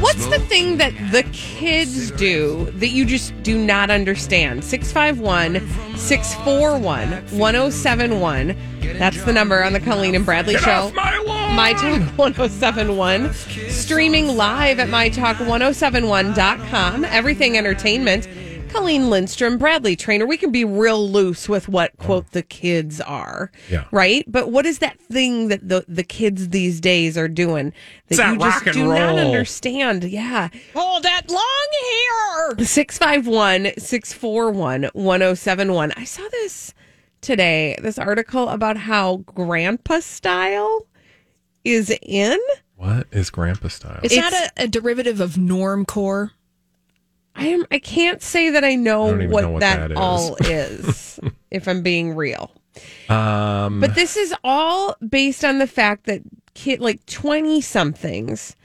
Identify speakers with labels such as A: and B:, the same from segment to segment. A: What's the thing that the kids do that you just do not understand? 651 641 1071. That's the number on the Colleen and Bradley show. My Talk 1071. Streaming live at MyTalk1071.com. Everything entertainment. Colleen Lindstrom, Bradley Trainer. We can be real loose with what quote the kids are,
B: Yeah.
A: right? But what is that thing that the the kids these days are doing that
B: It's that
A: you just
B: rock and
A: do not
B: roll.
A: understand? Yeah,
C: Oh, that long hair.
A: 651-641-1071. I saw this today. This article about how grandpa style is in.
B: What is grandpa style?
C: It's, not
A: It's-
C: a, a derivative of normcore.
A: I am. I can't say that I know,
B: I don't even
A: what,
B: know what
A: that,
B: that is.
A: all is. if I'm being real.
B: um,
A: But this is all based on the fact that kid like 20 somethings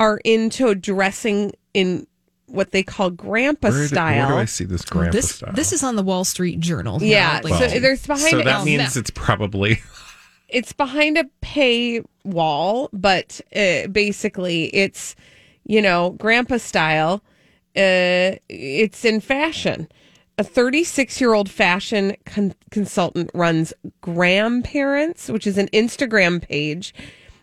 A: are into dressing in what they call grandpa
B: where, do,
A: style.
B: where do I see this grandpa
C: This
B: style?
C: this is on the Wall Street Journal. now,
A: yeah,
C: like-
A: so there's behind
B: so that
A: um,
B: means it's probably
A: it's behind a paywall, but uh, basically it's you know grandpa style. Uh, it's in fashion. A 36 year old fashion con- consultant runs Grandparents, which is an Instagram page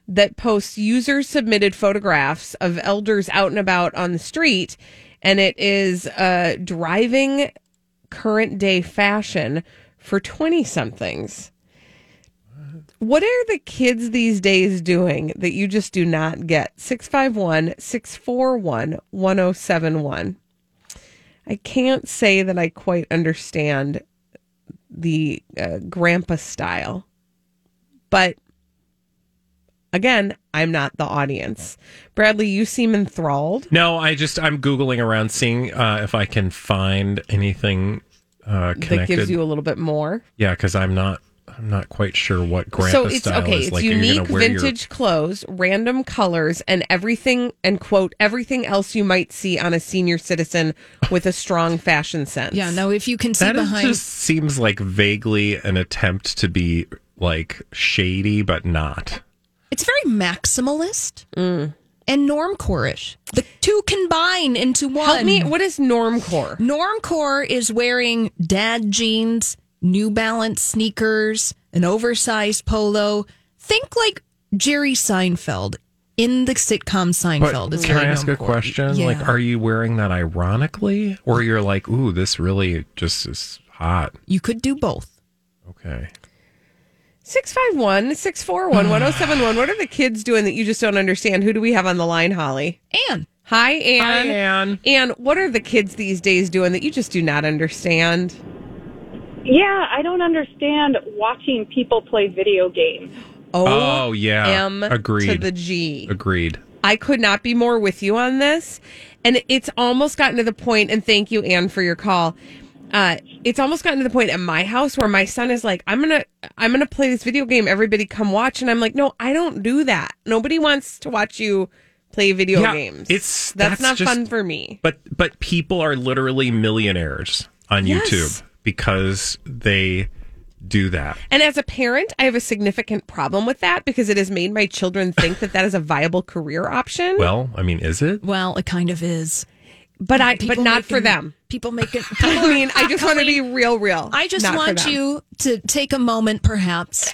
A: that posts user submitted photographs of elders out and about on the street, and it is uh, driving current day fashion for 20 somethings. What are the kids these days doing that you just do not get? 651 641 1071. I can't say that I quite understand the uh, grandpa style, but again, I'm not the audience. Bradley, you seem enthralled.
B: no. I just I'm googling around, seeing uh, if I can find anything uh, connected.
A: That gives you a little bit more.
B: yeah, because I'm not I'm not quite sure what grandpa
A: so it's
B: style
A: okay
B: is
A: it's
B: like. Are you gonna
A: unique
B: wear your-
A: vintage clothes random colors and everything and quote everything else you might see on a senior citizen with a strong fashion sense
C: yeah. No, if you can see
B: That is-
C: behind,
B: just seems like vaguely an attempt to be like shady, but not.
C: it's very maximalist
A: Mm.
C: and normcore-ish. The two combine into one.
A: help me what is normcore
C: Normcore is wearing dad jeans, New Balance sneakers, an oversized polo. Think like Jerry Seinfeld in the sitcom Seinfeld. is
B: can I
C: very
B: ask a
C: normcore.
B: question?
C: Yeah.
B: Like, are you wearing that ironically, or you're like, ooh, this really just is hot?
C: you could do both.
B: Okay.
A: 651 641 1071 what are the kids doing that you just don't understand who do we have on the line holly
C: And
A: hi anne
B: Anne.
A: Anne, what are the kids these days doing that you just do not understand
D: Yeah, I don't understand watching people play video games.
B: Oh, yeah.
A: M to
B: Agreed.
A: the G.
B: Agreed.
A: I could not be more with you on this. And it's almost gotten to the point, and thank you, Anne, for your call. Uh, it's almost gotten to the point at my house where my son is like, I'm gonna I'm gonna play this video game, everybody come watch. And I'm like, No, I don't do that. Nobody wants to watch you play video
B: Yeah,
A: games.
B: it's-
A: that's,
B: that's
A: not
B: just-
A: fun for me.
B: But but people are literally millionaires on
A: Yes.
B: YouTube because they do that.
A: And as a parent, I have a significant problem with that because it has made my children think that that is a viable career option.
B: Well, I mean, is it?
C: well, it kind of is.
A: but I but
C: People
A: not for
C: making-
A: them.
C: People make it.
A: I mean, I just want to be real, real.
C: I just
A: not for
C: want
A: them.
C: you to take a moment, perhaps,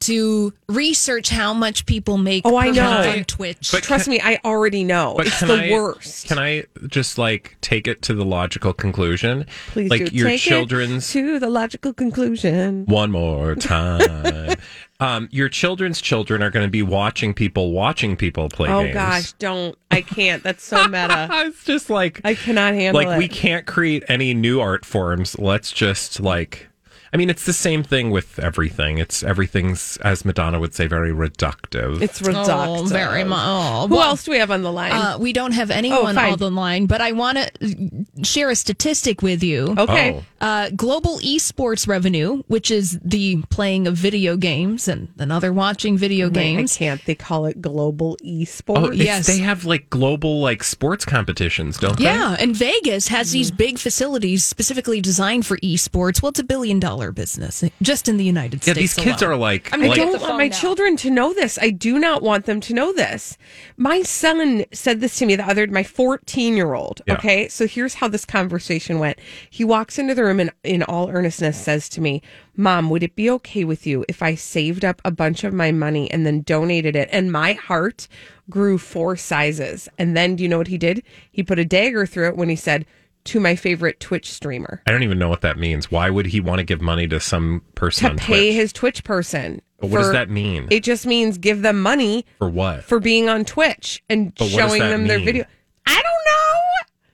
C: to research how much people make
A: Oh, I
C: per
A: know.
C: month on
B: But-
C: Twitch.
B: but-
A: Trust
B: can-
A: me, I already know. it's the
B: I,
A: worst.
B: Can I just like take it to the logical conclusion?
A: Please
B: like
A: do
B: your
A: take it
B: children's
A: to the logical conclusion.
B: one more time. um, your children's children are going to be watching people watching people play
A: Oh
B: games.
A: gosh, don't! I can't. That's so meta.
B: it's just like
A: I cannot handle
B: like we
A: it.
B: can't create any new art forms. Let's just like. I mean, it's the same thing with everything. It's everything's, as Madonna would say, very reductive.
A: It's reductive.
C: Oh, very much. Oh,
A: Who
C: well,
A: else do we have on the line?
C: uh, we don't have anyone
A: Oh, fine.
C: on the line, but I want to share a statistic with you.
A: okay.
B: Oh.
C: Uh, global esports revenue, which is the playing of video games and and other watching video games.
A: I can't. They call it global esports.
B: Oh, it's,
C: Yes.
B: they have like global like sports competitions, don't they?
C: Yeah, and Vegas has these
B: Mm.
C: big facilities specifically designed for esports. Well, it's a billion dollar business just in the United
B: Yeah,
C: States.
B: these kids
C: alone.
B: are like,
A: I
B: like-
A: don't want my children to know this. I do not want them to know this. My son said this to me the other my 14 year old.
B: Yeah.
A: Okay. So here's how this conversation went. He walks into the room and in all earnestness says to me, Mom, would it be okay with you if I saved up a bunch of my money and then donated it? And my heart grew four sizes. And then do you know what he did? He put a dagger through it when he said, to my favorite Twitch streamer.
B: I don't even know what that means. Why would he want to give money to some person
A: To
B: on
A: pay
B: Twitch?
A: his Twitch person.
B: But what does
A: for-
B: that mean?
A: It just means give them money
B: for what?
A: for being on Twitch and
B: But what does
A: showing
B: that
A: them their
B: mean?
A: video. I don't know.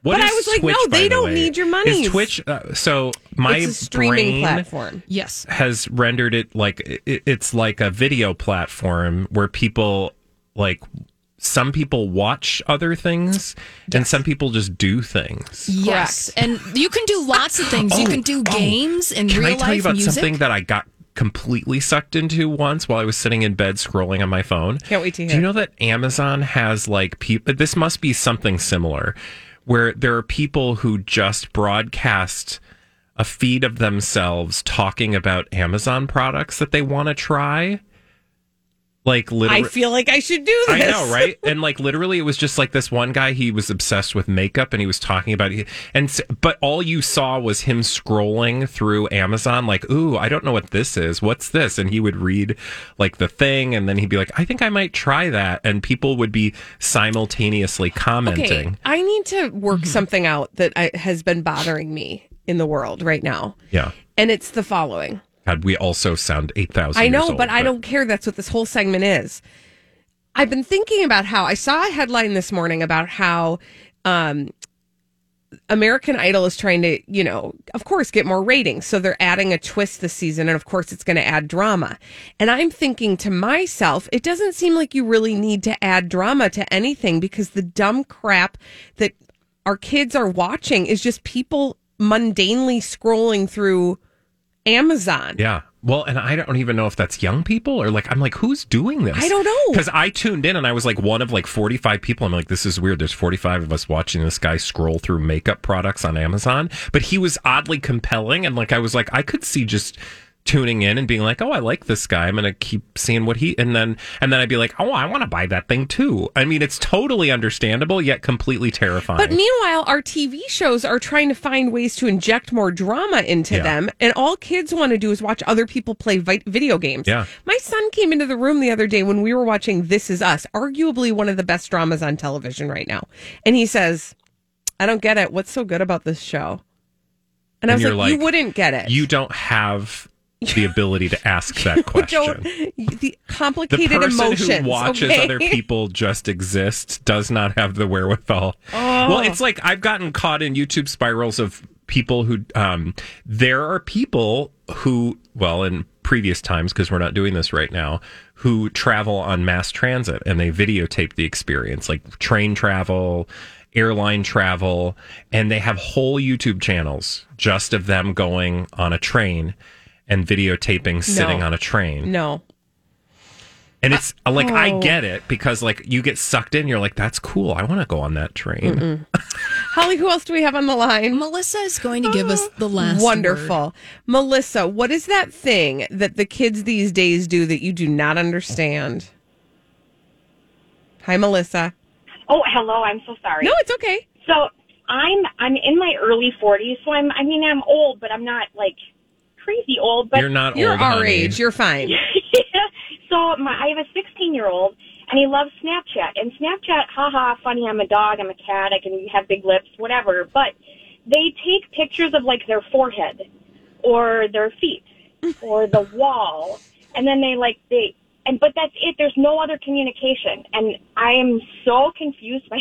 B: What
A: but I
B: is
A: was like,
B: Twitch,
A: no,
B: by
A: they
B: the
A: don't
B: way?
A: need your money.
B: Is Twitch. Uh, so my
A: it's a streaming
B: brain
A: platform.
C: Yes.
B: has rendered it like it, it's like a video platform where people like some people watch other things and some people just do things.
C: Yes, and you can do lots of things. you
B: Oh,
C: can do
B: oh.
C: games and
B: Can
C: real
B: I tell
C: life
B: you about
C: music.
B: something that I got completely sucked into once while I was sitting in bed scrolling on my phone?
A: Can't wait to
B: Do
A: hear.
B: you know that Amazon has like people? This must be something similar, where there are people who just broadcast a feed of themselves talking about Amazon products that they want to try. Like
A: I
B: literally,
A: feel like I should do
B: I
A: this.
B: know, right? And like literally, it was just like this one guy. He was obsessed with makeup, and he was talking about it. And s- but all you saw was him scrolling through Amazon, like, "Ooh, I don't know what this is. What's this?" And he would read like the thing, and then he'd be like, "I think I might try that." And people would be simultaneously commenting.
A: Okay, I need to work
B: Mm-hmm.
A: something out that I, has been bothering me in the world right now,
B: Yeah,
A: and it's the following.
B: God, we also sound eight thousand.
A: I know, but I don't care. That's what this whole segment is. I've been thinking about how I saw a headline this morning about how um, American Idol is trying to, you know, of course, get more ratings. So they're adding a twist this season. And of course, it's going to add drama. And I'm thinking to myself, it doesn't seem like you really need to add drama to anything because the dumb crap that our kids are watching is just people mundanely scrolling through Amazon.
B: Yeah. Well, and I don't even know if that's young people or like I'm like, who's doing this?
A: I don't know.
B: Because I tuned in and I was like one of like 45 people. I'm like, this is weird. There's 45 of us watching this guy scroll through makeup products on Amazon, but he was oddly compelling. And like, I was like, I could see just tuning in and being like, oh, I like this guy. I'm going to keep seeing what he, and then, and then I'd be like, oh, I want to buy that thing too. I mean, it's totally understandable, yet completely terrifying.
A: But meanwhile, our TV shows are trying to find ways to inject more drama into
B: Yeah.
A: them, and all kids want to do is watch other people play vi- video games.
B: Yeah.
A: My son came into the room the other day when we were watching This Is Us, arguably one of the best dramas on television right now, and he says, "I don't get it. What's so good about this show?" And, I
B: And
A: was
B: you're
A: like, "You
B: like,
A: wouldn't get it.
B: you don't have the ability to ask that
A: You
B: question.
A: don't. The
B: the
A: complicated
B: person
A: emotions.
B: who watches
A: okay?
B: other people just exist does not have the wherewithal.
A: Oh.
B: Well, it's like I've gotten caught in YouTube spirals of people who um, there are people who well in previous times because we're not doing this right now who travel on mass transit and they videotape the experience like train travel airline travel and they have whole youtube channels just of them going on a train and videotaping sitting on a train
A: No.
B: and it's uh, like
A: Oh.
B: I get it because like you get sucked in. You're like, that's cool. I want to go on that train.
A: Holly, who else do we have on the line?
C: Melissa is going to give us the
B: Oh,
C: last word.
A: Wonderful. Melissa, what is that thing that the kids these days do that you do not understand? Hi, Melissa.
D: Oh, hello. I'm so sorry.
A: No, it's okay.
D: So I'm I'm in my early 40s. So I'm I mean I'm old, but I'm not like crazy old. But
B: you're not
A: You're
B: old,
A: our
B: honey.
A: age. You're fine.
D: yeah,
E: so my, I have a 16 year old and he loves Snapchat and Snapchat, haha, funny, I'm a dog, I'm a cat, I can have big lips, whatever, but they take pictures of like their forehead or their feet or the wall and then they like, they, and but that's it. There's no other communication, and I am so confused by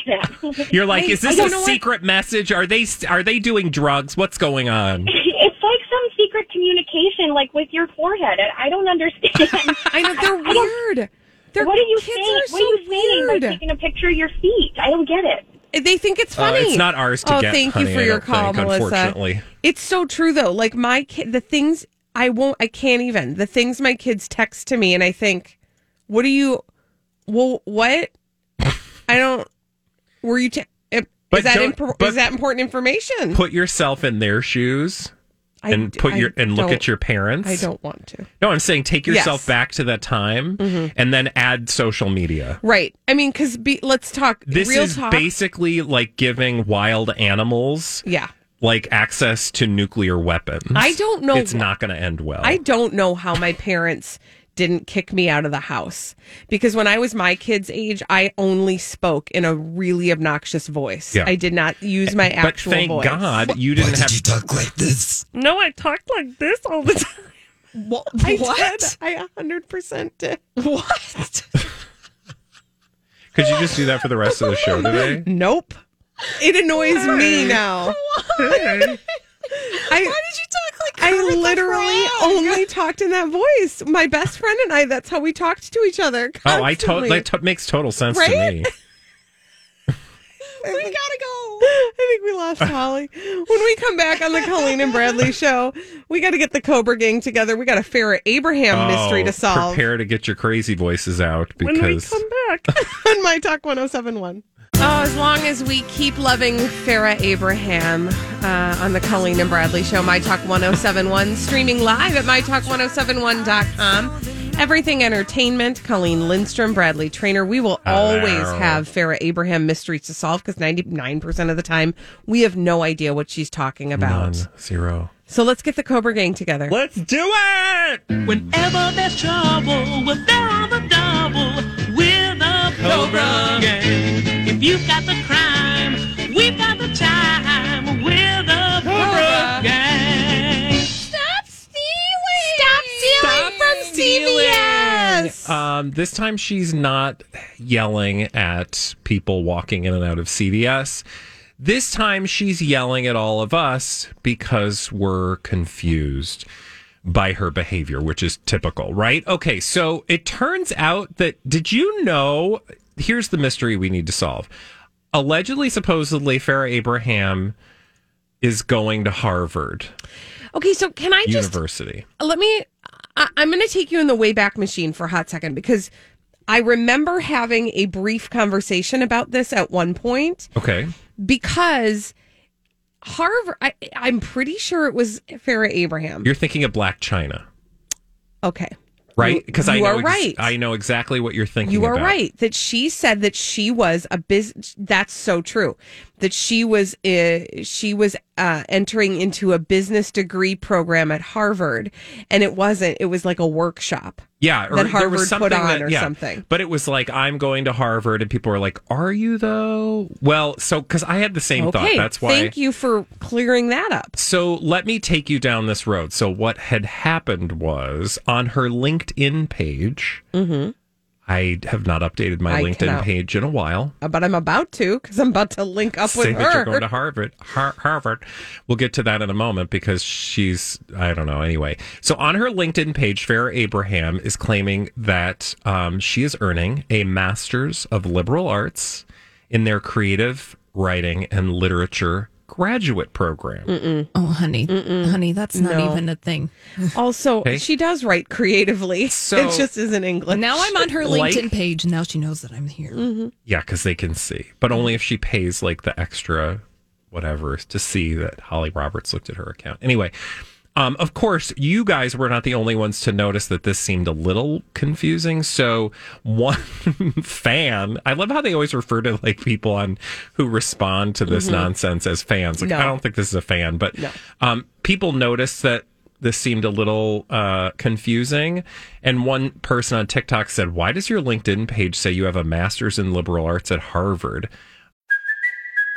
E: that.
B: You're like, is this
E: I
B: a
E: don't know what-
B: secret message? Are they are they doing drugs? What's going on?
E: it's like some secret communication, like with your forehead. and I don't understand.
A: I know they're
E: I don't-
A: weird. They're,
E: what are you
A: kids
E: saying?
A: Are so
E: what are you saying
A: weird.
E: by taking a picture of your feet? I don't get it.
A: They think it's
B: Uh,
A: funny.
B: it's not ours to
A: oh,
B: get,
A: thank
B: honey,
A: you for
B: I
A: your
B: don't
A: call,
B: think,
A: Melissa.
B: unfortunately.
A: It's so true though. Like my kid, the things I won't, I can't even. The things my kids text to me, and I think, what are you? Well, what? I don't. Were you? Te- is
B: But
A: that
B: don't-
A: impor-
B: but-
A: is that important information?
B: Put yourself in their shoes
A: I
B: and
A: d-
B: put
A: I
B: your and look
A: don't-
B: at your parents.
A: I don't want to.
B: No, I'm saying take yourself
A: Yes.
B: back to that time
A: Mm-hmm.
B: and then add social media.
A: Right. I mean, because be, let's talk
B: This
A: real
B: is
A: talk.
B: basically like giving wild animals
A: yeah.
B: like access to nuclear weapons.
A: I don't know
B: It's
A: wh-
B: not going to end well.
A: I don't know how my parents didn't kick me out of the house because when I was my kid's age, I only spoke in a really obnoxious voice.
B: Yeah.
A: I did not use my
B: but
A: actual
B: thank
A: voice.
B: God you didn't have
F: talk like this?
A: No, I talked like this all the time.
C: What?
A: I
C: What?
A: did. I 100% did.
C: what?
B: Could you just do that for the rest of the show today?
A: Nope. It annoys me now. I,
C: Why did you talk like
A: I
C: Kermit the
A: literally
C: Frog?
A: only talked in that voice. My best friend and I, that's how we talked to each other.
B: Oh, I to-
A: constantly.
B: that to- makes total sense to
A: Right?
B: me.
A: We gotta go. I think we lost Holly. when we come back on the Colleen and Bradley show, we got to get the Cobra Gang together. We got a Farrah Abraham mystery
B: Oh,
A: to solve.
B: Prepare to get your crazy voices out because
A: when we come back on My Talk 1071. Oh, as long as we keep loving Farah Abraham uh, on the Colleen and Bradley Show, My Talk 1071, streaming live at MyTalk1071.com. Everything Entertainment, Colleen Lindstrom, Bradley Trainer. We will
B: Hello.
A: always have Farah Abraham mysteries to solve because 99% of the time we have no idea what she's talking about.
B: None, zero.
A: So let's get the Cobra Gang together.
B: Let's do it!
G: Whenever there's trouble, we're there on the double. We're the Cobra Gang. If you've got the crime, we've got the time. We're the Cobra Gang.
C: Stop stealing! Stop stealing from
A: CVS!
B: Um, this time she's not yelling at people walking in and out of CVS. This time she's yelling at all of us because we're confused by her behavior, which is typical, right? Okay, so it turns out that did you know? Here's the mystery we need to solve. Allegedly, supposedly, Farah Abraham is going to Harvard
A: Okay, so can I just
B: University.
A: let me I, i'm going to take you in the wayback machine for a hot second because i remember having a brief conversation about this at one point
B: Okay.
A: because harvard I, i'm pretty sure it was farah abraham
B: You're thinking of Black China.
A: okay
B: right? Because I
A: you
B: know
A: are
B: ex-
A: right.
B: I know exactly what you're thinking.
A: you are
B: about.
A: right that she said that she was a business that's so true that she was uh, she was uh, entering into a business degree program at harvard and it wasn't it was like a workshop
B: Yeah,
A: That
B: there
A: Harvard
B: was
A: put
B: something
A: on
B: that-
A: or
B: yeah.
A: something.
B: But it was like I'm going to Harvard, and people were like, "Are you though?" Well, so because I had the same thought. That's why.
A: Thank you for clearing that up.
B: So let me take you down this road. So what had happened was on her LinkedIn page. I have not updated my
A: Mm-hmm. I
B: LinkedIn
A: cannot-
B: page in a while.
A: Uh, But I'm about to because I'm about to link up with
B: Say
A: her.
B: that you're going to Harvard. Har- Harvard. We'll get to that in a moment because she's I don't know. Anyway, so on her LinkedIn page, Farah Abraham is claiming that um, she is earning a Master's of Liberal Arts in their Creative Writing and Literature graduate program.
C: Oh, honey, honey, that's not
A: No.
C: even a thing.
A: Also,
B: Okay.
A: she does write creatively.
B: So-
A: it just isn't English.
C: Now I'm on her
B: Like- Mm.
C: LinkedIn page, and now she knows that I'm here.
B: Yeah, because they can see, but only if she pays like the extra whatever to see that Holly Roberts looked at her account. Anyway, um, of course, you guys were not the only ones to notice that this seemed a little confusing. So one fan, I love how they always refer to like people on who respond to this nonsense as fans. Like,
A: No.
B: I don't think this is a fan, but um, people noticed that this seemed a little uh, confusing. And one person on TikTok said, Why does your LinkedIn page say you have a master's in liberal arts at Harvard?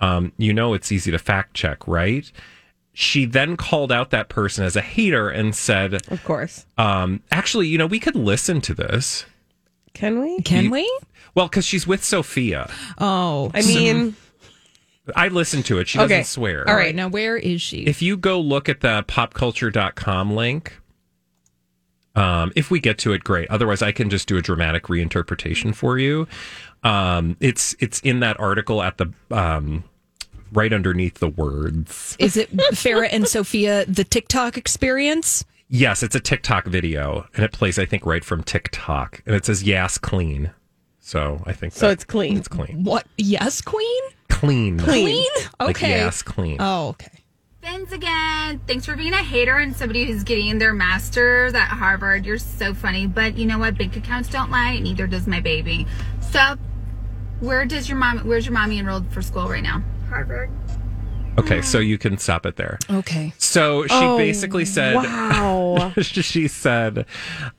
B: um, you know it's easy to fact check, right? She then called out that person as a hater and said,
A: Of course.
B: um, actually, you know, we could listen to this.
A: Can we?
C: Can
B: You-
C: we?
B: Well, because she's with Sophia.
C: Oh,
A: I mean,
B: I listened to it. She doesn't
A: Okay.
B: swear.
C: all
A: All
C: right.
A: right.
C: Now, where is she?
B: If you go look at the popculture.com link, um, if we get to it, great. Otherwise, I can just do a dramatic reinterpretation for you. Um, it's it's in that article at the um, right underneath the words.
C: Is it Farah and Sophia, the TikTok experience?
B: Yes, it's a TikTok video, and it plays, I think, right from TikTok, and it says "Yes, clean." So I think
A: so
B: that-
A: it's clean.
B: it's clean,
C: What? Yes, Queen?
B: clean,
C: Queen?
B: Like,
C: Okay.
B: yes, clean.
C: Oh, okay.
H: Benz again. Thanks for being a hater and somebody who's getting their master's at Harvard. You're so funny. But you know what? Bank accounts don't lie. Neither does my baby. So, where does your mom? Where's your mommy enrolled for school right now? Harvard.
B: okay, so you can stop it there.
C: Okay.
B: So she basically said,
A: Oh, Wow.
B: she said,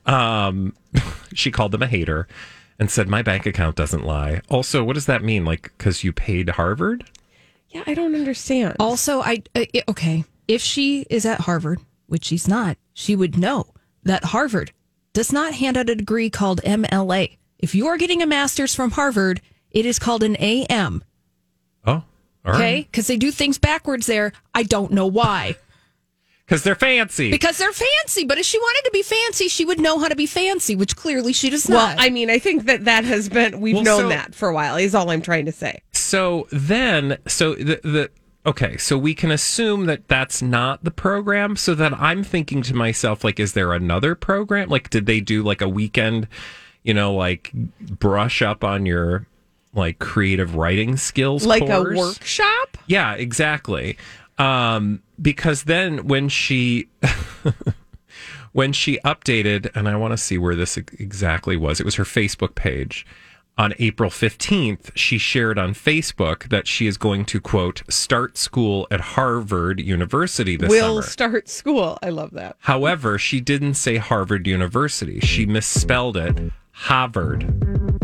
B: um, she called them a hater and said, "My bank account doesn't lie." Also, what does that mean? Like, because you paid Harvard?
A: yeah, I don't understand.
C: Also, I, uh, it- okay. If she is at Harvard, which she's not, she would know that Harvard does not hand out a degree called MLA. If you are getting a master's from Harvard, it is called an AM.
B: Oh, all
C: Okay,
B: right,
C: because they do things backwards there. I don't know why.
B: because they're fancy.
C: Because they're fancy. But if she wanted to be fancy, she would know how to be fancy, which clearly she does
A: well,
C: not.
A: I mean, I think that that has been, we've
B: Well,
A: known
B: so-
A: that for a while, is all I'm trying to say.
B: So then, so the, the okay, so we can assume that that's not the program. So then I'm thinking to myself, like, is there another program? Like, did they do like a weekend, you know, like brush up on your like creative writing skills,
A: Like
B: course?
A: a workshop?
B: Yeah, exactly. Um, because then when she when she updated, and I want to see where this ex- exactly was. It was her Facebook page. On April 15th, she shared on Facebook that she is going to quote start school at Harvard University this
A: Will
B: summer.
A: start school. I love that.
B: However, she didn't say Harvard University. She misspelled it Harvard.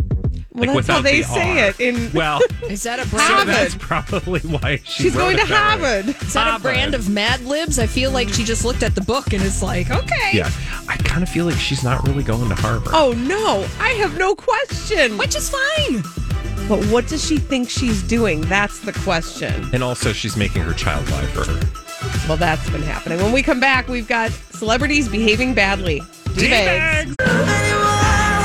A: Well,
B: like
A: that's how
B: without
A: they
B: the
A: say
B: R.
A: it. In
B: Well,
C: is that a
B: so
C: brand?
B: that's probably why she
A: she's
B: wrote
A: going
B: it
A: to
B: that way.
A: Harvard.
C: is that a brand of Mad Libs? I feel like she just looked at the book and is like, okay.
B: Yeah, I kind of feel like she's not really going to Harvard.
A: Oh no, I have no question.
C: Which is fine.
A: But what does she think she's doing? That's the question.
B: And also, she's making her child lie for her.
A: Oh, Well, that's been happening. When we come back, we've got celebrities behaving badly. D-bags.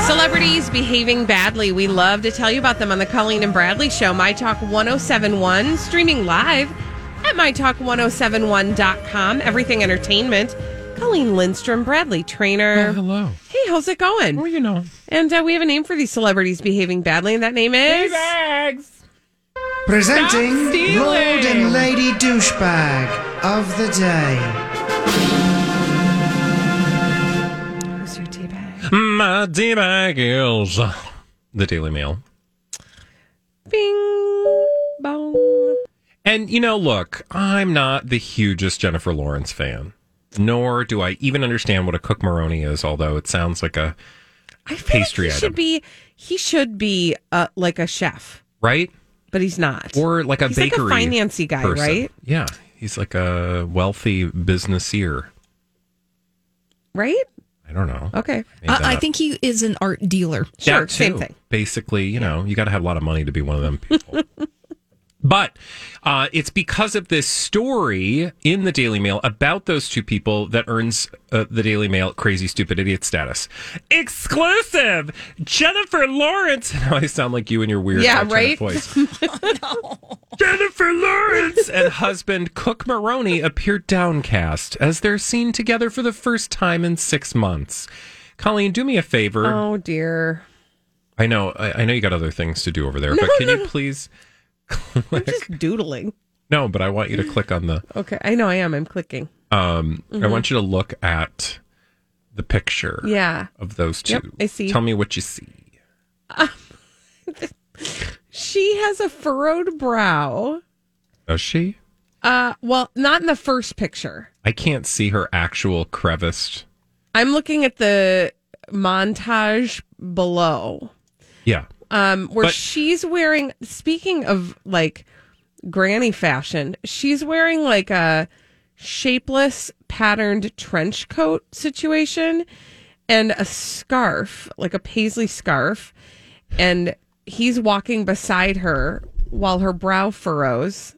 A: Celebrities behaving badly. We love to tell you about them on the Colleen and Bradley Show, My Talk 1071, streaming live at MyTalk1071.com. Everything Entertainment. Colleen Lindstrom, Bradley Trainer.
B: hello.
A: Hey, how's it going?
B: Well, you know,
A: And uh, we have a name for these celebrities behaving badly, and that name is
I: Presenting
A: Stop stealing.
I: Lord and Lady Douchebag of the Day.
A: Who's your tea bag?
B: my d is uh, the Daily Mail.
A: Bing bong.
B: And you know, look, I'm not the hugest Jennifer Lawrence fan, nor do I even understand what a cook maroni is. Although it sounds like a
A: I feel
B: Pastry
A: like he
B: item.
A: should be he should be uh, like a chef,
B: right
A: but he's not.
B: or like a
A: He's like a
B: bakery,
A: financy guy,
B: person.
A: right?
B: Yeah, he's like a wealthy businesseer.
A: right?
B: I don't know.
A: Okay.
B: Made
C: Uh,
B: that
C: I
B: up.
C: think he is an art dealer.
B: That too. Basically, you know, you got to have a lot of money to be one of them people. but uh, it's because of this story in the Daily Mail about those two people that earns uh, the Daily Mail crazy stupid idiot status. Exclusive, Jennifer Lawrence. Now I sound like you in your weird
A: yeah,
B: alternate
A: right.
B: voice. Jennifer Lawrence and husband Cook Maroney appear downcast as they're seen together for the first time in six months. Colleen, do me a favor.
A: oh dear.
B: I know. I, I know you got other things to do over there,
A: No,
B: but can
A: no,
B: you
A: no.
B: please?
A: I'm just doodling.
B: No, but I want you to click on the.
A: Okay, I know I am. I'm clicking.
B: Um, I
A: Mhm.
B: want you to look at the picture.
A: Yeah.
B: Of those two.
A: Yep, I see.
B: Tell me what you see.
A: She has a furrowed brow.
B: Does she?
A: Uh, well, not in the first picture.
B: I can't see her actual crevice.
A: I'm looking at the montage below.
B: Yeah.
A: um, where
B: But-
A: she's wearing. Speaking of like granny fashion, she's wearing like a shapeless patterned trench coat situation and a scarf, like a paisley scarf, and he's walking beside her while her brow furrows.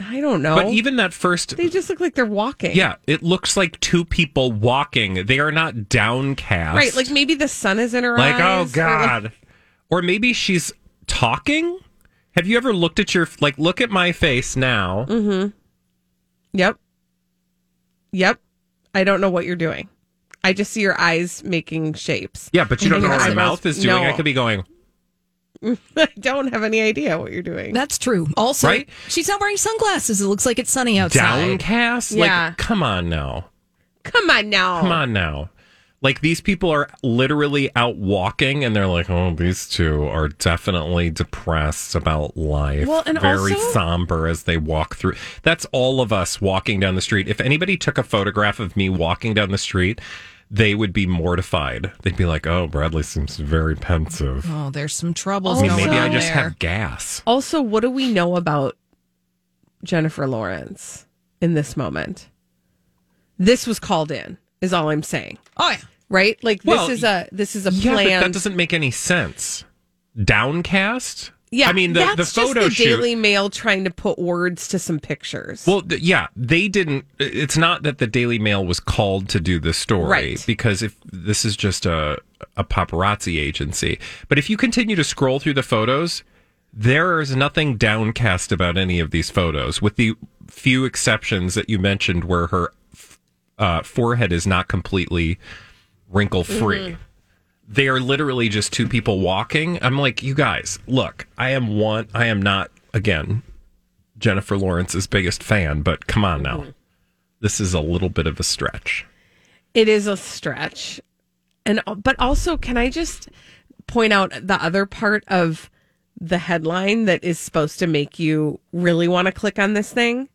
A: I don't know.
B: But even that first.
A: Oh. they just look like they're walking.
B: Yeah, it looks like two people walking. They are not downcast.
A: Right, like maybe the sun is in her
B: like oh
A: eyes. or, like-
B: god or maybe she's talking have you ever looked at your like look at my face now
A: Mm-hmm. Yep. Yep. I don't know what you're doing. I just see your eyes making shapes.
B: yeah but you don't
A: And
B: know
A: your
B: what my
A: eyebrows-
B: mouth is doing
A: No.
B: i could be going
A: I don't have any idea what you're doing.
C: That's true. Also,
B: Right?
C: she's not wearing sunglasses. It looks like it's sunny outside.
B: downcast
A: Yeah. Oh.
B: like come on now
A: Come on now.
B: come on now like these people are literally out walking and they're like oh these two are definitely depressed about life
A: Well, and
B: very
A: also-
B: somber as they walk through that's all of us walking down the street if anybody took a photograph of me walking down the street they would be mortified they'd be like oh bradley seems very pensive
C: Oh, there's some troubles
B: i mean
C: going
B: maybe i
C: on
B: just
C: there.
B: have gas
A: Also, what do we know about Jennifer Lawrence in this moment? This was called in, is all I'm saying.
C: Oh yeah.
A: Right? Like
B: Well,
A: this is a this is a
B: yeah but that
A: planned
B: doesn't make any sense downcast
A: Yeah,
B: i mean the,
A: that's
B: the photo
A: just the
B: shoot
A: Daily Mail trying to put words to some pictures.
B: Well, th- yeah, they didn't. It's not that the Daily Mail was called to do this story
A: Right.
B: because if this is just a a paparazzi agency, but if you continue to scroll through the photos, there is nothing downcast about any of these photos, with the few exceptions that you mentioned, where her f- uh, forehead is not completely wrinkle free. They are literally just two people walking. I'm like, you guys, look, I am one. I am not again Jennifer Lawrence's biggest fan, but come on now. This is a little bit of a stretch.
A: It is a stretch. And but also can I just point out the other part of the headline that is supposed to make you really want to click on this thing?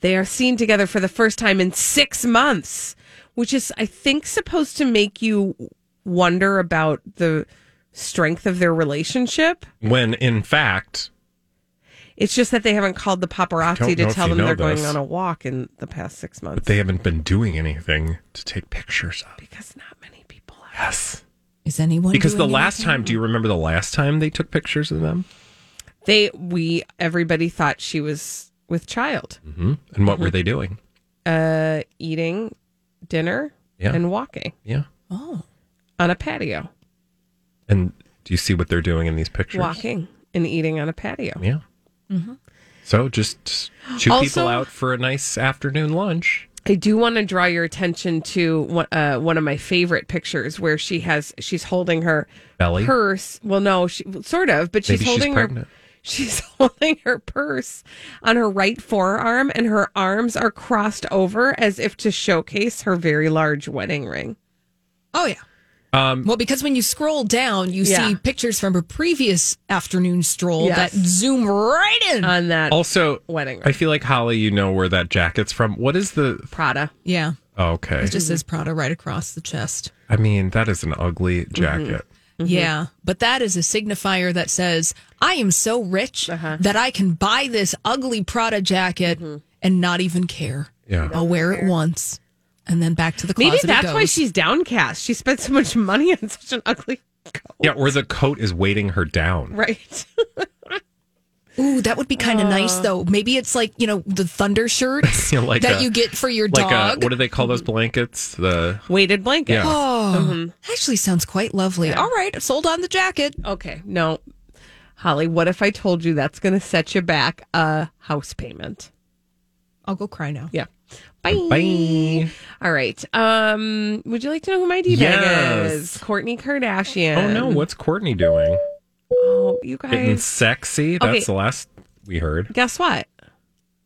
A: They are seen together for the first time in 6 months, which is I think supposed to make you wonder about the strength of their relationship.
B: When in fact,
A: It's just that they haven't called the
B: I
A: paparazzi
B: don't know
A: to
B: if
A: tell
B: you
A: them
B: know
A: they're
B: this.
A: going on a walk in the past 6 months.
B: they haven't been doing anything to take pictures of.
A: because not many people have.
B: Yes.
C: Is anyone
B: Because the
C: doing
B: last
C: anything?
B: time, do you remember the last time they took pictures of them?
A: They we everybody thought she was with child,
B: Mm-hmm. And what were they doing?
A: uh, eating dinner
B: Yeah.
A: and walking
B: Yeah.
C: Oh,
A: on a patio,
B: And do you see what they're doing in these pictures?
A: walking and eating on a patio.
B: Yeah. So just two
A: Also-
B: people out for a nice afternoon lunch.
A: I do want to draw your attention to one, uh, one of my favorite pictures where she has she's holding her
B: Belly?
A: purse. Well, no, she sort of, but she's
B: Maybe she's
A: holding her
B: pregnant.
A: she's holding her purse on her right forearm, and her arms are crossed over as if to showcase her very large wedding ring.
C: oh yeah.
B: Um,
C: Well, because when you scroll down, you
A: Yeah.
C: see pictures from a previous afternoon stroll
A: Yes. Uh,
C: that zoom right in.
A: On that
B: also,
A: wedding ring.
B: I feel like Holly, you know where that jacket's from. What is the?
A: Prada.
C: yeah,
B: Oh, okay.
C: it just says Prada right across the chest.
B: I mean, that is an ugly jacket.
A: Mm-hmm.
C: Yeah, but that is a signifier that says I am so rich
A: Uh-huh.
C: that I can buy
A: Mm-hmm.
C: this ugly Prada jacket and not even care.
B: Yeah.
C: I'll wear it once. and then back to the closet.
A: Maybe
C: it
A: that's why
C: goes.
A: she's downcast. She spent so much money on such an ugly.
B: Yeah, or the coat is weighting her down.
A: Right.
C: Ooh, that would be kind of nice
A: Uh.
C: though. Maybe it's like you know the thunder shirts
B: You know, like
C: that
B: a-
C: you get for your
B: like
C: dog.
B: A, what do they call those blankets? The
A: weighted blanket.
B: Yeah.
C: Oh,
A: Mm-hmm.
C: actually sounds quite lovely. All right, sold on the jacket.
A: Okay, no, Holly. What if I told you that's going to set you back a house payment?
C: I'll go cry now.
A: Yeah. Bye.
B: Bye.
A: All right. Um, would you like to know who my d bag
B: Yes.
A: is? Courtney Kardashian.
B: Oh no, what's Courtney doing?
A: Oh, you
B: Getting
A: guys.
B: sexy. That's
A: Okay.
B: the last we heard.
A: Guess what?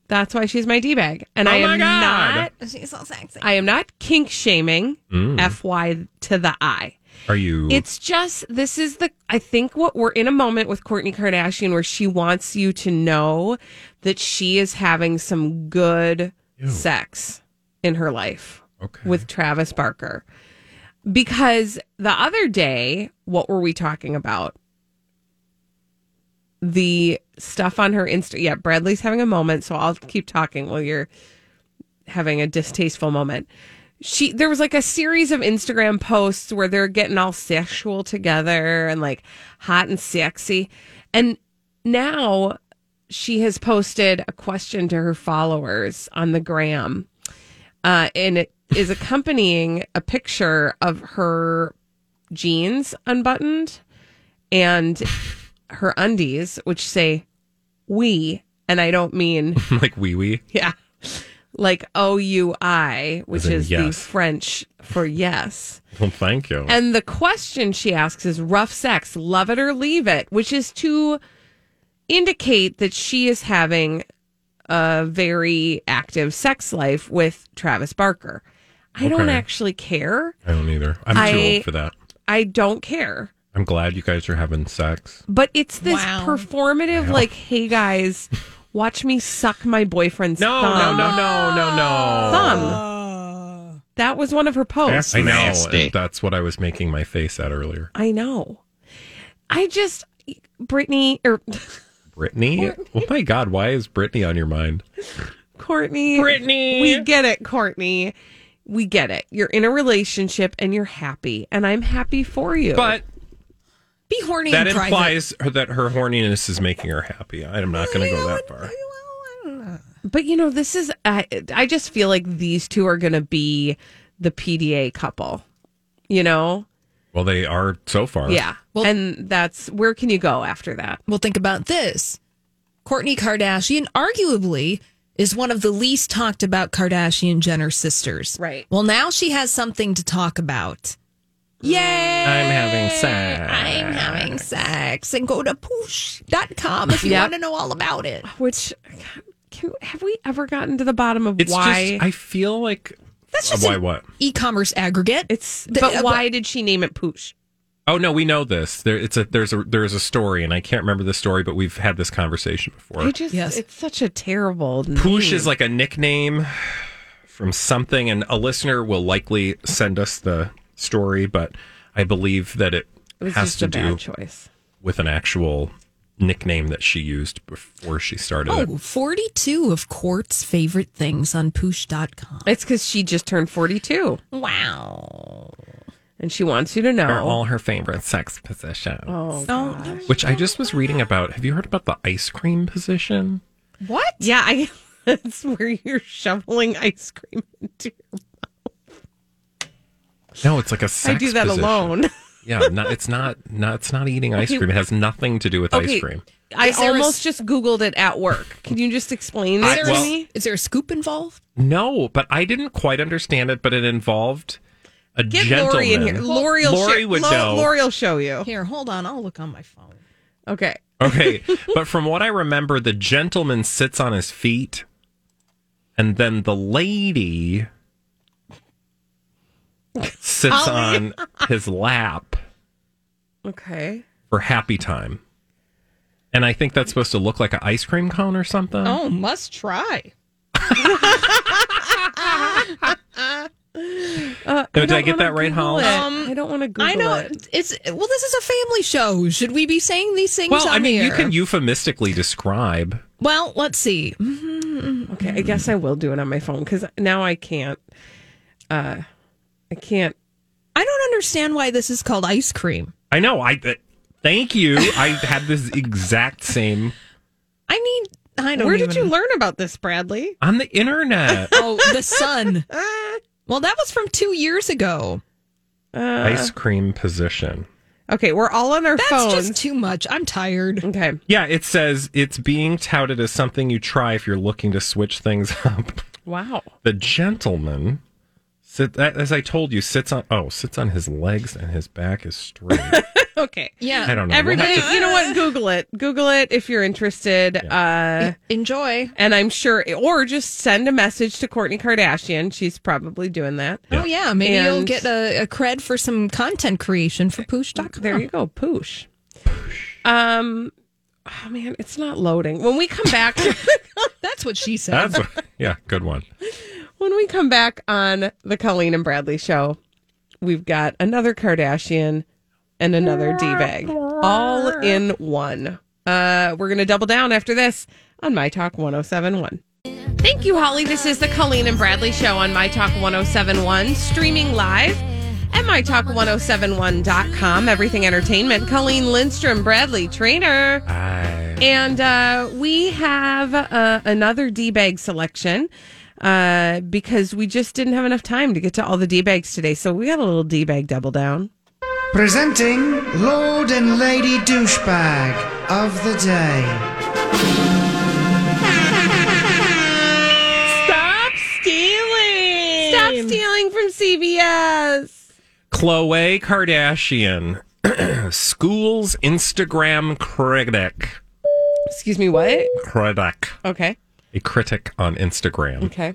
A: That's why she's my d bag, and
B: Oh
A: I
B: my
A: am
B: God.
A: not.
C: She's so sexy.
A: I am not kink shaming.
B: Mm.
A: Fy to the I.
B: Are you?
A: It's just this is the I think what we're in a moment with Courtney Kardashian where she wants you to know that she is having some good sex in her life with Travis Barker. Because the other day, what were we talking about? The stuff on her Insta. Yeah, Bradley's having a moment, so I'll keep talking while you're having a distasteful moment. She there was like a series of Instagram posts where they're getting all sexual together and like hot and sexy. And now she has posted a question to her followers on the gram. Uh, and it is accompanying a picture of her jeans unbuttoned and her undies, which say we, and I don't mean
B: like wee wee.
A: yeah. Like O U I, which
B: As in
A: is the
B: yes.
A: French for yes.
B: Well, thank you.
A: And the question she asks is rough sex, love it or leave it, which is to indicate that she is having a very active sex life with Travis Barker. I don't
B: Okay.
A: actually care.
B: I don't either. I'm too
A: I-
B: old for that.
A: I don't care.
B: I'm glad you guys are having sex.
A: But it's this
C: Wow.
A: performative,
B: Wow.
A: like, hey guys, watch me suck my boyfriend's
B: No,
A: thumb.
B: no, no, no, no, no.
A: Thumb. That was one of her posts.
B: I know. That's what I was making my face at earlier.
A: I know. I just, Brittany er, or
B: Brittany? Oh my God, why is Brittany on your mind?
A: Courtney.
B: Brittany.
A: We get it, Courtney. We get it. You're in a relationship and you're happy, and I'm happy for you.
B: But
C: Be horny.
B: that
C: and private.
B: implies her- that her horniness is making her happy. I'm not going to go that far.
A: but you know, this is I, I just feel like these two are going to be the PDA couple. You know,
B: Well, they are so far.
A: yeah.
C: Well-
A: and that's where can you go after that?
C: Well, think about this. Courtney Kardashian arguably is one of the least talked about Kardashian Jenner sisters.
A: Right.
C: Well, now she has something to talk about. Yay!
B: I'm
C: I'm
B: having sex.
C: having sex. And go to poosh.com if you
A: Yep.
C: want to know all about it.
A: Which can, have we ever gotten to the bottom of
B: It's
A: why?
B: just, I feel like.
C: That's just
B: why
C: an
B: what?
C: e-commerce aggregate.
A: it's
C: The-
A: but
C: uh,
A: why did she name it Poosh?
B: Oh no, we know this. There, it's a there's a there's a story, and I can't remember the story, but we've had this conversation before.
A: I just
C: Yes.
A: it's such a terrible
B: Poosh
A: name.
B: is like a nickname from something, and a listener will likely send us the story, but I believe that it,
A: it was
B: has
A: just
B: to
A: a
B: do
A: bad choice.
B: with an actual nickname that she used before she started it.
C: Oh, 42 of Court's favorite things on poosh.com.
A: It's because she just turned forty two
C: Wow.
A: and she wants you to know.
B: Are all her favorite sex positions.
A: oh,
C: Oh,
A: God.
C: no.
B: Which I just was reading about. Have you heard about the ice cream position?
C: what?
A: yeah, I. That's where you're shoveling ice cream into.
B: No, it's like a sex
A: I do that
B: position.
A: alone.
B: yeah, not, it's not, not it's not eating ice
A: Okay.
B: cream. It has nothing to do with ice cream.
A: I
C: Is there a
A: almost
C: s-
A: just googled it at work. Can you just explain that
B: I-
A: to
B: well-
A: me?
C: Is there a scoop involved?
B: No, but I didn't quite understand it, but it involved a
A: Get
B: gentleman.
A: Lori in here. Lori, will
B: Lori
A: sh-
B: would
A: Lo-
B: know.
A: Lori will show you.
C: Here, hold on. I'll look on my phone.
A: Okay.
B: Okay, but from what I remember, the gentleman sits on his feet, and then the lady sits on his lap
A: Okay.
B: for happy time. And I think that's supposed to look like an ice cream cone or something.
C: Oh, must try.
A: Uh,
B: No,
A: I
B: did
A: don't
B: I get
A: wanna
B: that right,
A: Google
B: Hollis?
A: it.
C: Um,
A: I don't want to Google
C: I know
A: it.
C: it's well. This is a family show. Should we be saying these things?
B: well,
C: on
B: I mean,
C: the
B: you
C: air?
B: can euphemistically describe.
C: Well, let's see. Mm,
A: Okay, I guess I will do it on my phone because now I can't. Uh, I can't.
C: I don't understand why this is called ice cream.
B: I know. I uh, thank you. I had this exact same
C: I mean, I don't.
A: Where did
C: even-
A: you learn about this, Bradley?
B: on the internet.
C: Oh, the sun. well, that was from two years ago.
B: Ice cream position.
A: Okay, we're all on our
C: That's
A: phones.
C: just too much. I'm tired.
A: okay.
B: Yeah, it says it's being touted as something you try if you're looking to switch things up.
A: Wow.
B: The gentleman, sit, as I told you, sits on oh sits on his legs and his back is straight.
A: Okay.
C: Yeah.
B: I don't know. We'll have
A: Everybody,
B: to-
A: you know what? Google it. Google it if you're interested. Uh,
C: Enjoy.
A: and I'm sure, or just send a message to Courtney Kardashian. She's probably doing that.
C: Oh yeah, maybe you'll
A: And-
C: get a, a cred for some content creation for Poosh.com.
A: There you go. Poosh. Um, oh man, it's not loading. When we come back,
C: That's what she said.
B: That's what- yeah, good one.
A: when we come back on the Colleen and Bradley show, we've got another Kardashian and another D bag all in one. Uh, we're gonna double down after this on My Talk 1071. Thank you, Holly. This is the Colleen and Bradley show on My Talk 1071, streaming live at MyTalk1071.com. Everything Entertainment. Colleen Lindstrom, Bradley Trainer.
B: I,
A: And uh, we have uh, another D bag selection uh, because we just didn't have enough time to get to all the D bags today. So we got a little D bag double down.
J: Presenting Lord and Lady Douchebag of the Day.
A: Stop stealing! Stop stealing from CBS.
B: Chloe Kardashian, school's Instagram critic,
A: Excuse me, what?
B: critic,
A: Okay.
B: a critic on Instagram.
A: Okay.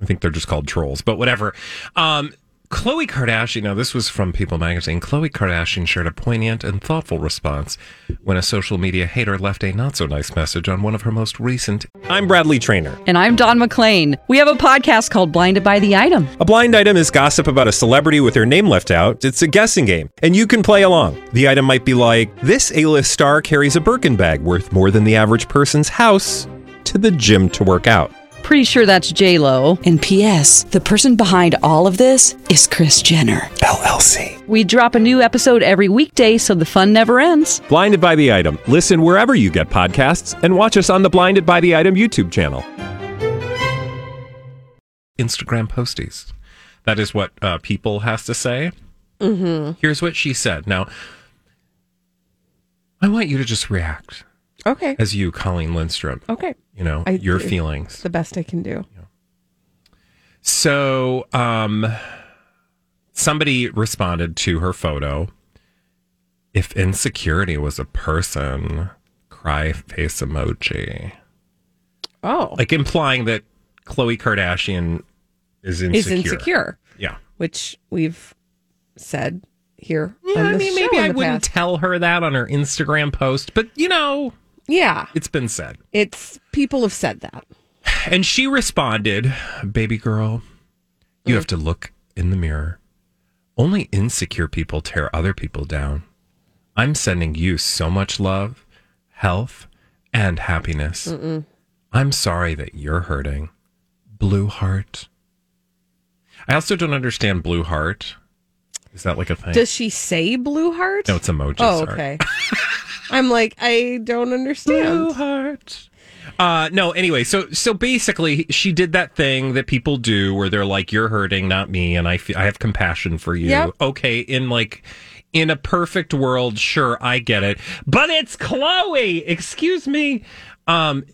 B: I think they're just called trolls, but whatever. Um, Chloe Kardashian, now this was from People magazine. Chloe Kardashian shared a poignant and thoughtful response when a social media hater left a not so nice message on one of her most recent. I'm Bradley Trainer.
K: And I'm Don McClain. We have a podcast called Blinded by the Item.
L: A blind item is gossip about a celebrity with their name left out. It's a guessing game, and you can play along. The item might be like this A list star carries a Birkin bag worth more than the average person's house to the gym to work out.
K: Pretty sure that's J Lo. And P.S. The person behind all of this is Chris Jenner
L: LLC.
K: We drop a new episode every weekday, so the fun never ends.
L: Blinded by the Item. Listen wherever you get podcasts and watch us on the Blinded by the Item YouTube channel.
B: Instagram posties. That is what uh, People has to say.
A: Mm-hmm.
B: Here's what she said. Now, I want you to just react
A: Okay.
B: as you, Colleen Lindstrom.
A: Okay.
B: You know,
A: Oh, I-
B: your
A: it's
B: feelings.
A: The best I can do.
B: So, um, somebody responded to her photo. If insecurity was a person, cry face emoji.
A: Oh.
B: Like implying that Khloe Kardashian is
A: Is
B: insecure.
A: insecure,
B: Yeah.
A: which we've said here.
B: Yeah,
A: on
B: I
A: this
B: mean,
A: show
B: maybe
A: in
B: I
A: the
B: wouldn't
A: past.
B: tell her that on her Instagram post, but you know,
A: yeah.
B: it's been said.
A: It's people have said that.
B: And she responded, Baby girl,
A: Mm.
B: you have to look in the mirror. Only insecure people tear other people down. I'm sending you so much love, health, and happiness. I'm sorry that you're hurting. Blue heart. I also don't understand blue heart. Is that like a thing?
A: Does she say blue heart?
B: no, it's emoji.
A: Oh,
B: sorry.
A: okay. I'm like, I don't understand.
B: Blue heart. Uh, no, anyway, so so basically, she did that thing that people do where they're like, "You're hurting, not me," and I fe- I have compassion for you.
A: Yep.
B: Okay, in like in a perfect world, sure, I get it, but it's Chloe. Excuse me. Um,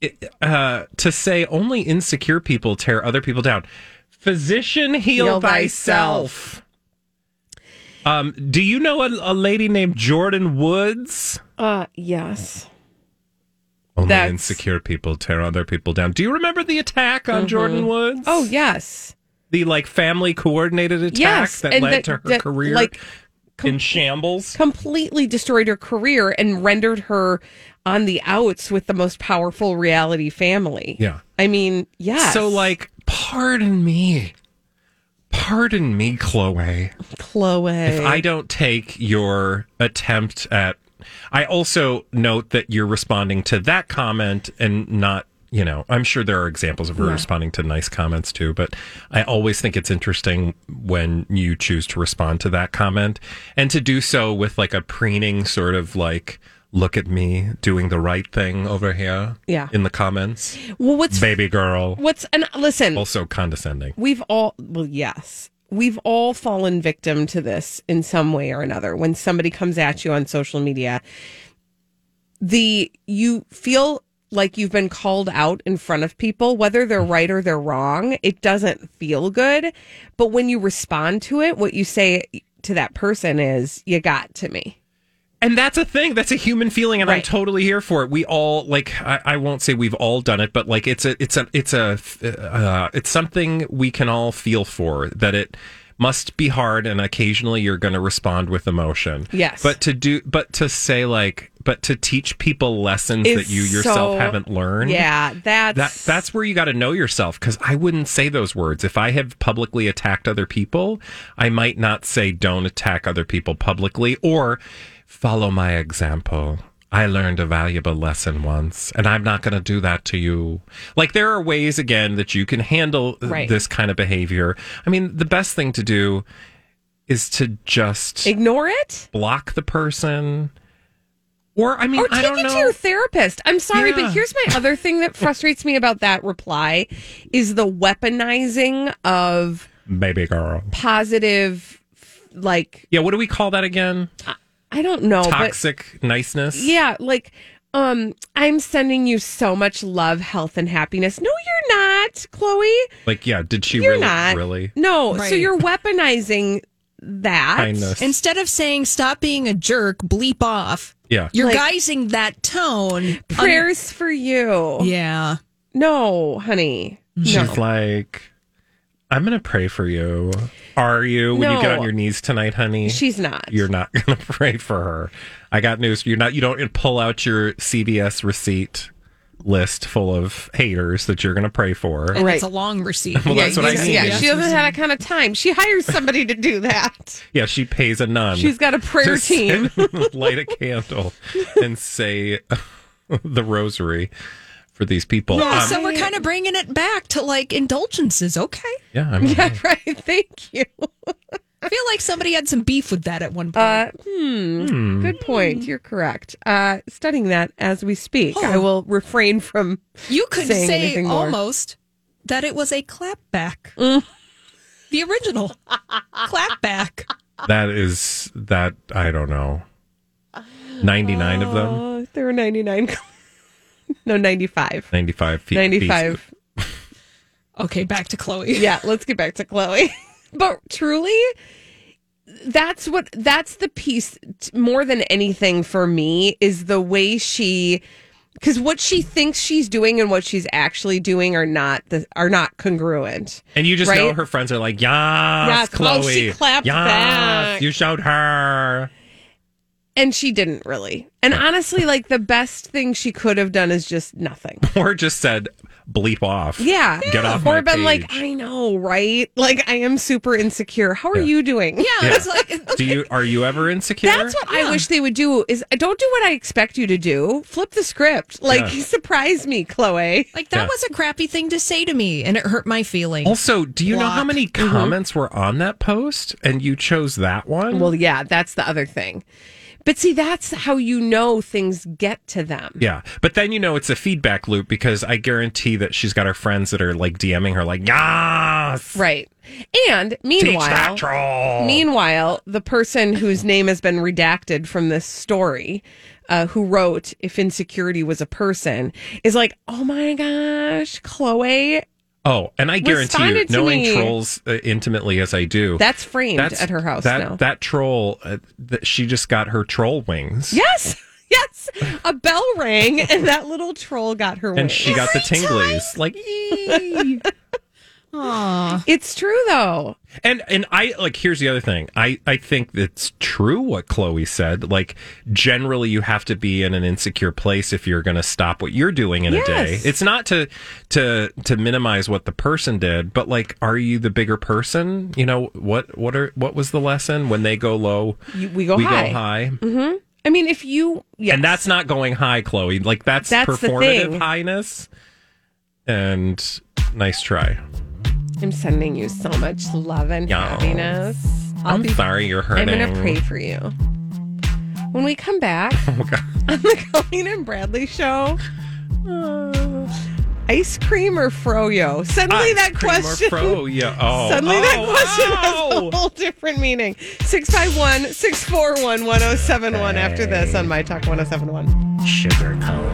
B: it- uh, to say only insecure people tear other people down. Physician, heal,
A: Heal
B: thyself. Um, do you know a, a lady named Jordan Woods?
A: Uh, yes.
B: Only
A: That's-
B: insecure people tear other people down. Do you remember the attack on Jordan Woods?
A: Oh, yes.
B: The like family coordinated attack
A: Yes,
B: that
A: and
B: led
A: that-
B: to her
A: that,
B: career
A: like,
B: in shambles.
A: Completely destroyed her career and rendered her on the outs with the most powerful reality family.
B: Yeah.
A: I mean, yes.
B: So like, pardon me. Pardon me, Chloe.
A: Chloe.
B: If I don't take your attempt at I also note that you're responding to that comment and not you know, I'm sure there are examples of her
L: Yeah.
B: responding to nice comments too, but I always think it's interesting when you choose to respond to that comment and to do so with like a preening sort of like, look at me doing the right thing over here.
A: Yeah.
B: In the comments.
A: Well, what's-
B: baby girl?
A: What's and listen,
B: also condescending.
A: We've all, well, yes, we've all fallen victim to this in some way or another. When somebody comes at you on social media, the you feel like you've been called out in front of people, whether they're right or they're wrong. It doesn't feel good, but when you respond to it, what you say to that person is, "You got to me."
B: And that's a thing. That's a human feeling, and I'm
A: Right.
B: totally here for it. We all like. I, I won't say we've all done it, but like it's a, it's a, it's a, uh, it's something we can all feel for. That it must be hard, and occasionally you're going to respond with emotion.
A: Yes.
B: But to do, but to say like, but to teach people lessons
A: Is
B: that you yourself
A: so-
B: haven't learned.
A: Yeah, that's
B: That, that's where you got to know yourself because I wouldn't say those words. If I have publicly attacked other people, I might not say don't attack other people publicly or follow my example. I learned a valuable lesson once and I'm not going to do that to you. Like there are ways again that you can handle uh,
A: Right.
B: this kind of behavior. I mean, the best thing to do is to just
A: ignore it.
B: block the person. Or I mean,
A: or take
B: I don't
A: it
B: know.
A: to your therapist. I'm sorry,
B: Yeah.
A: but here's my other thing that frustrates me about that reply is the weaponizing of
B: baby girl.
A: positive, like
B: Yeah, what do we call that again?
A: I don't know,
B: Toxic
A: but
B: niceness.
A: yeah, like um, I'm sending you so much love, health, and happiness. No, you're not, Chloe.
B: Like, yeah, did she
A: you're
B: really?
A: not
B: Really?
A: No, so
C: Right.
A: you're weaponizing that.
B: Kindness.
C: Instead of saying "stop being a jerk," bleep off.
B: Yeah.
C: you're
A: Like-
C: guising that tone.
A: Prayers for you.
C: Yeah.
A: No, honey. No.
B: She's like, I'm going to pray for you. Are you? When you get
A: No.
B: on your knees tonight, honey?
A: She's not.
B: You're not going to pray for her. I got news. You're not, you don't pull out your CVS receipt list full of haters that you're going to pray for.
C: And It's a long receipt.
B: Well, that's what I
A: you-
B: mean.
A: Yeah, she doesn't have that kind of time. She hires somebody to do that.
B: Yeah, she pays a nun.
A: She's got a prayer
B: to
A: team.
B: sit- light a candle and say the rosary for these people.
C: Yeah,
B: Um,
C: so we're kind of bringing it back to like indulgences. Okay.
B: yeah, I mean,
A: right. Thank you.
C: I feel like somebody had some beef with that at one point.
A: Uh, hmm,
C: Hmm.
A: Good point. You're correct. Uh, studying that as we speak. I will refrain from
C: you could
A: saying
C: say
A: anything more. Mm.
C: almost that it was a clapback. The original clapback.
B: that is that I don't know. Ninety nine of them,
A: Uh, there were 99. no, 95.
B: ninety five feet.
A: 95.
C: Okay, back to Chloe.
A: yeah, let's get back to Chloe. but truly, that's what that's the piece t- more than anything for me is the way she because what she thinks she's doing and what she's actually doing are not the are not congruent.
B: And you just know
A: Right?
B: her friends are like, "Yes,
A: Yes,
B: Chloe,
A: Chloe, she clapped
B: yes,
A: back."
B: You showed her."
A: And she didn't really. And honestly, like the best thing she could have done is just nothing.
B: Or just said, "Bleep off."
A: Yeah.
B: Get off
A: Or
B: my
A: been like,
B: page.
A: I know, right? Like I am super insecure. How are you doing? Yeah,
B: Yeah. Do you are you ever insecure?
A: That's what I wish they would do. Is don't do what I expect you to do. Flip the script. Like
B: Yeah.
A: surprise me, Chloe.
C: Like that
B: Yeah.
C: was a crappy thing to say to me, and it hurt my feelings.
B: Also, do you know how
C: Block.
B: many
A: Mm-hmm.
C: Mhm.
B: comments were on that post and you chose that one?
A: Well, yeah, that's the other thing. But see, that's how you know things get to them.
B: Yeah, but then you know it's a feedback loop because I guarantee that she's got her friends that are like DMing her, like, "Yes,
A: Right. And meanwhile,
B: that troll.
A: meanwhile, the person whose name has been redacted from this story, uh, who wrote "If insecurity was a person," is like, "Oh my gosh, Chloe,
B: Oh, and I guarantee you,
A: Responded to
B: knowing
A: me.
B: trolls uh, intimately as I do,
A: That's framed at her house
B: That
A: now.
B: that troll, uh, that she just got her troll wings,
A: yes, yes." A bell rang, and that little troll got her.
B: and she
A: wings.
B: got the tinglies. Like,
A: It's true though.
B: and and I like. Here's the other thing. I I think it's true what Chloe said. Like, generally, you have to be in an insecure place if you're going to stop what you're doing in
L: Yes.
B: a day. It's not to to to minimize what the person did, but like, are you the bigger person? You know what what are what was the lesson when they go low?
A: You, we go
B: we
A: high.
B: go high.
A: hmm I mean, if you, yes.
B: And that's not going high, Chloe. Like that's,
A: That's the
B: performative
A: thing.
B: highness.
M: and nice try.
A: I'm sending you so much love and
M: Yeah.
A: happiness.
M: I'm sorry you're
A: I'm going
M: hurting.
A: to pray for you. When we come back
M: Oh, God.
A: on the Colleen and Bradley show, uh, ice cream or froyo? Suddenly
M: Ice
A: that
M: cream or
A: question.
M: froyo. Oh,
A: suddenly that
M: oh,
A: question has a whole different meaning. 651 641 1071 after this on My Talk 1071.
N: Sugar cone.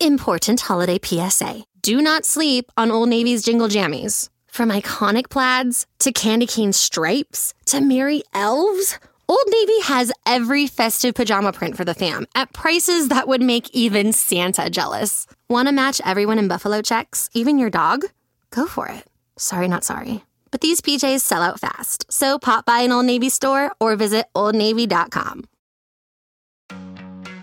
O: Important holiday PSA. Do not sleep on Old Navy's jingle jammies. From iconic plaids to candy cane stripes to merry elves, Old Navy has every festive pajama print for the fam at prices that would make even Santa jealous. Want to match everyone in Buffalo checks, even your dog? Go for it. Sorry, not sorry. But these PJs sell out fast, so pop by an Old Navy store or visit oldnavy.com.